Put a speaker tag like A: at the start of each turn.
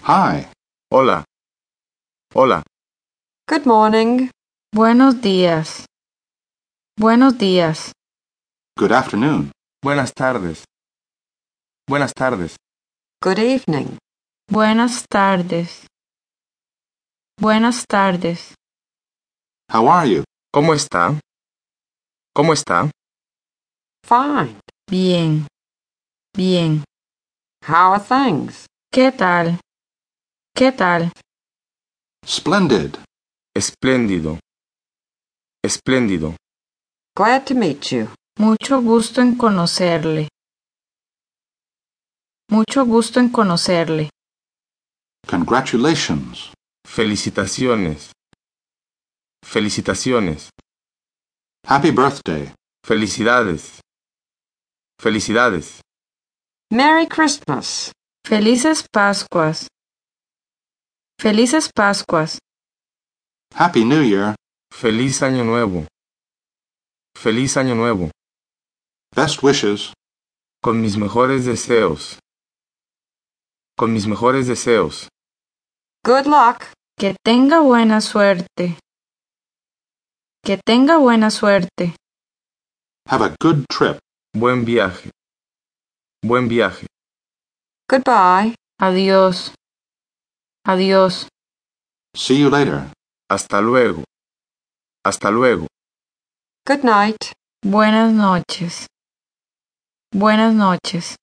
A: Hi. Hola. Hola.
B: Good morning.
C: Buenos días. Buenos días.
A: Good afternoon.
D: Buenas tardes. Buenas tardes.
B: Good evening.
C: Buenas tardes. Buenas tardes.
A: How are you?
D: ¿Cómo está? ¿Cómo está?
B: Fine.
C: Bien. Bien.
B: How are things?
C: ¿Qué tal? ¿Qué tal?
A: Splendid.
D: Espléndido. Espléndido.
B: Glad to meet you.
C: Mucho gusto en conocerle. Mucho gusto en conocerle.
A: Congratulations.
D: Felicitaciones. Felicitaciones.
A: Happy birthday.
D: Felicidades. Felicidades.
B: Merry Christmas.
C: Felices Pascuas. Felices Pascuas.
A: Happy New Year.
D: Feliz año nuevo. Feliz año nuevo.
A: Best wishes.
D: Con mis mejores deseos. Con mis mejores deseos.
B: Good luck.
C: Que tenga buena suerte. Que tenga buena suerte.
A: Have a good trip.
D: Buen viaje. Buen viaje.
B: Goodbye.
C: Adiós. Adiós.
A: See you later.
D: Hasta luego. Hasta luego.
B: Good night.
C: Buenas noches. Buenas noches.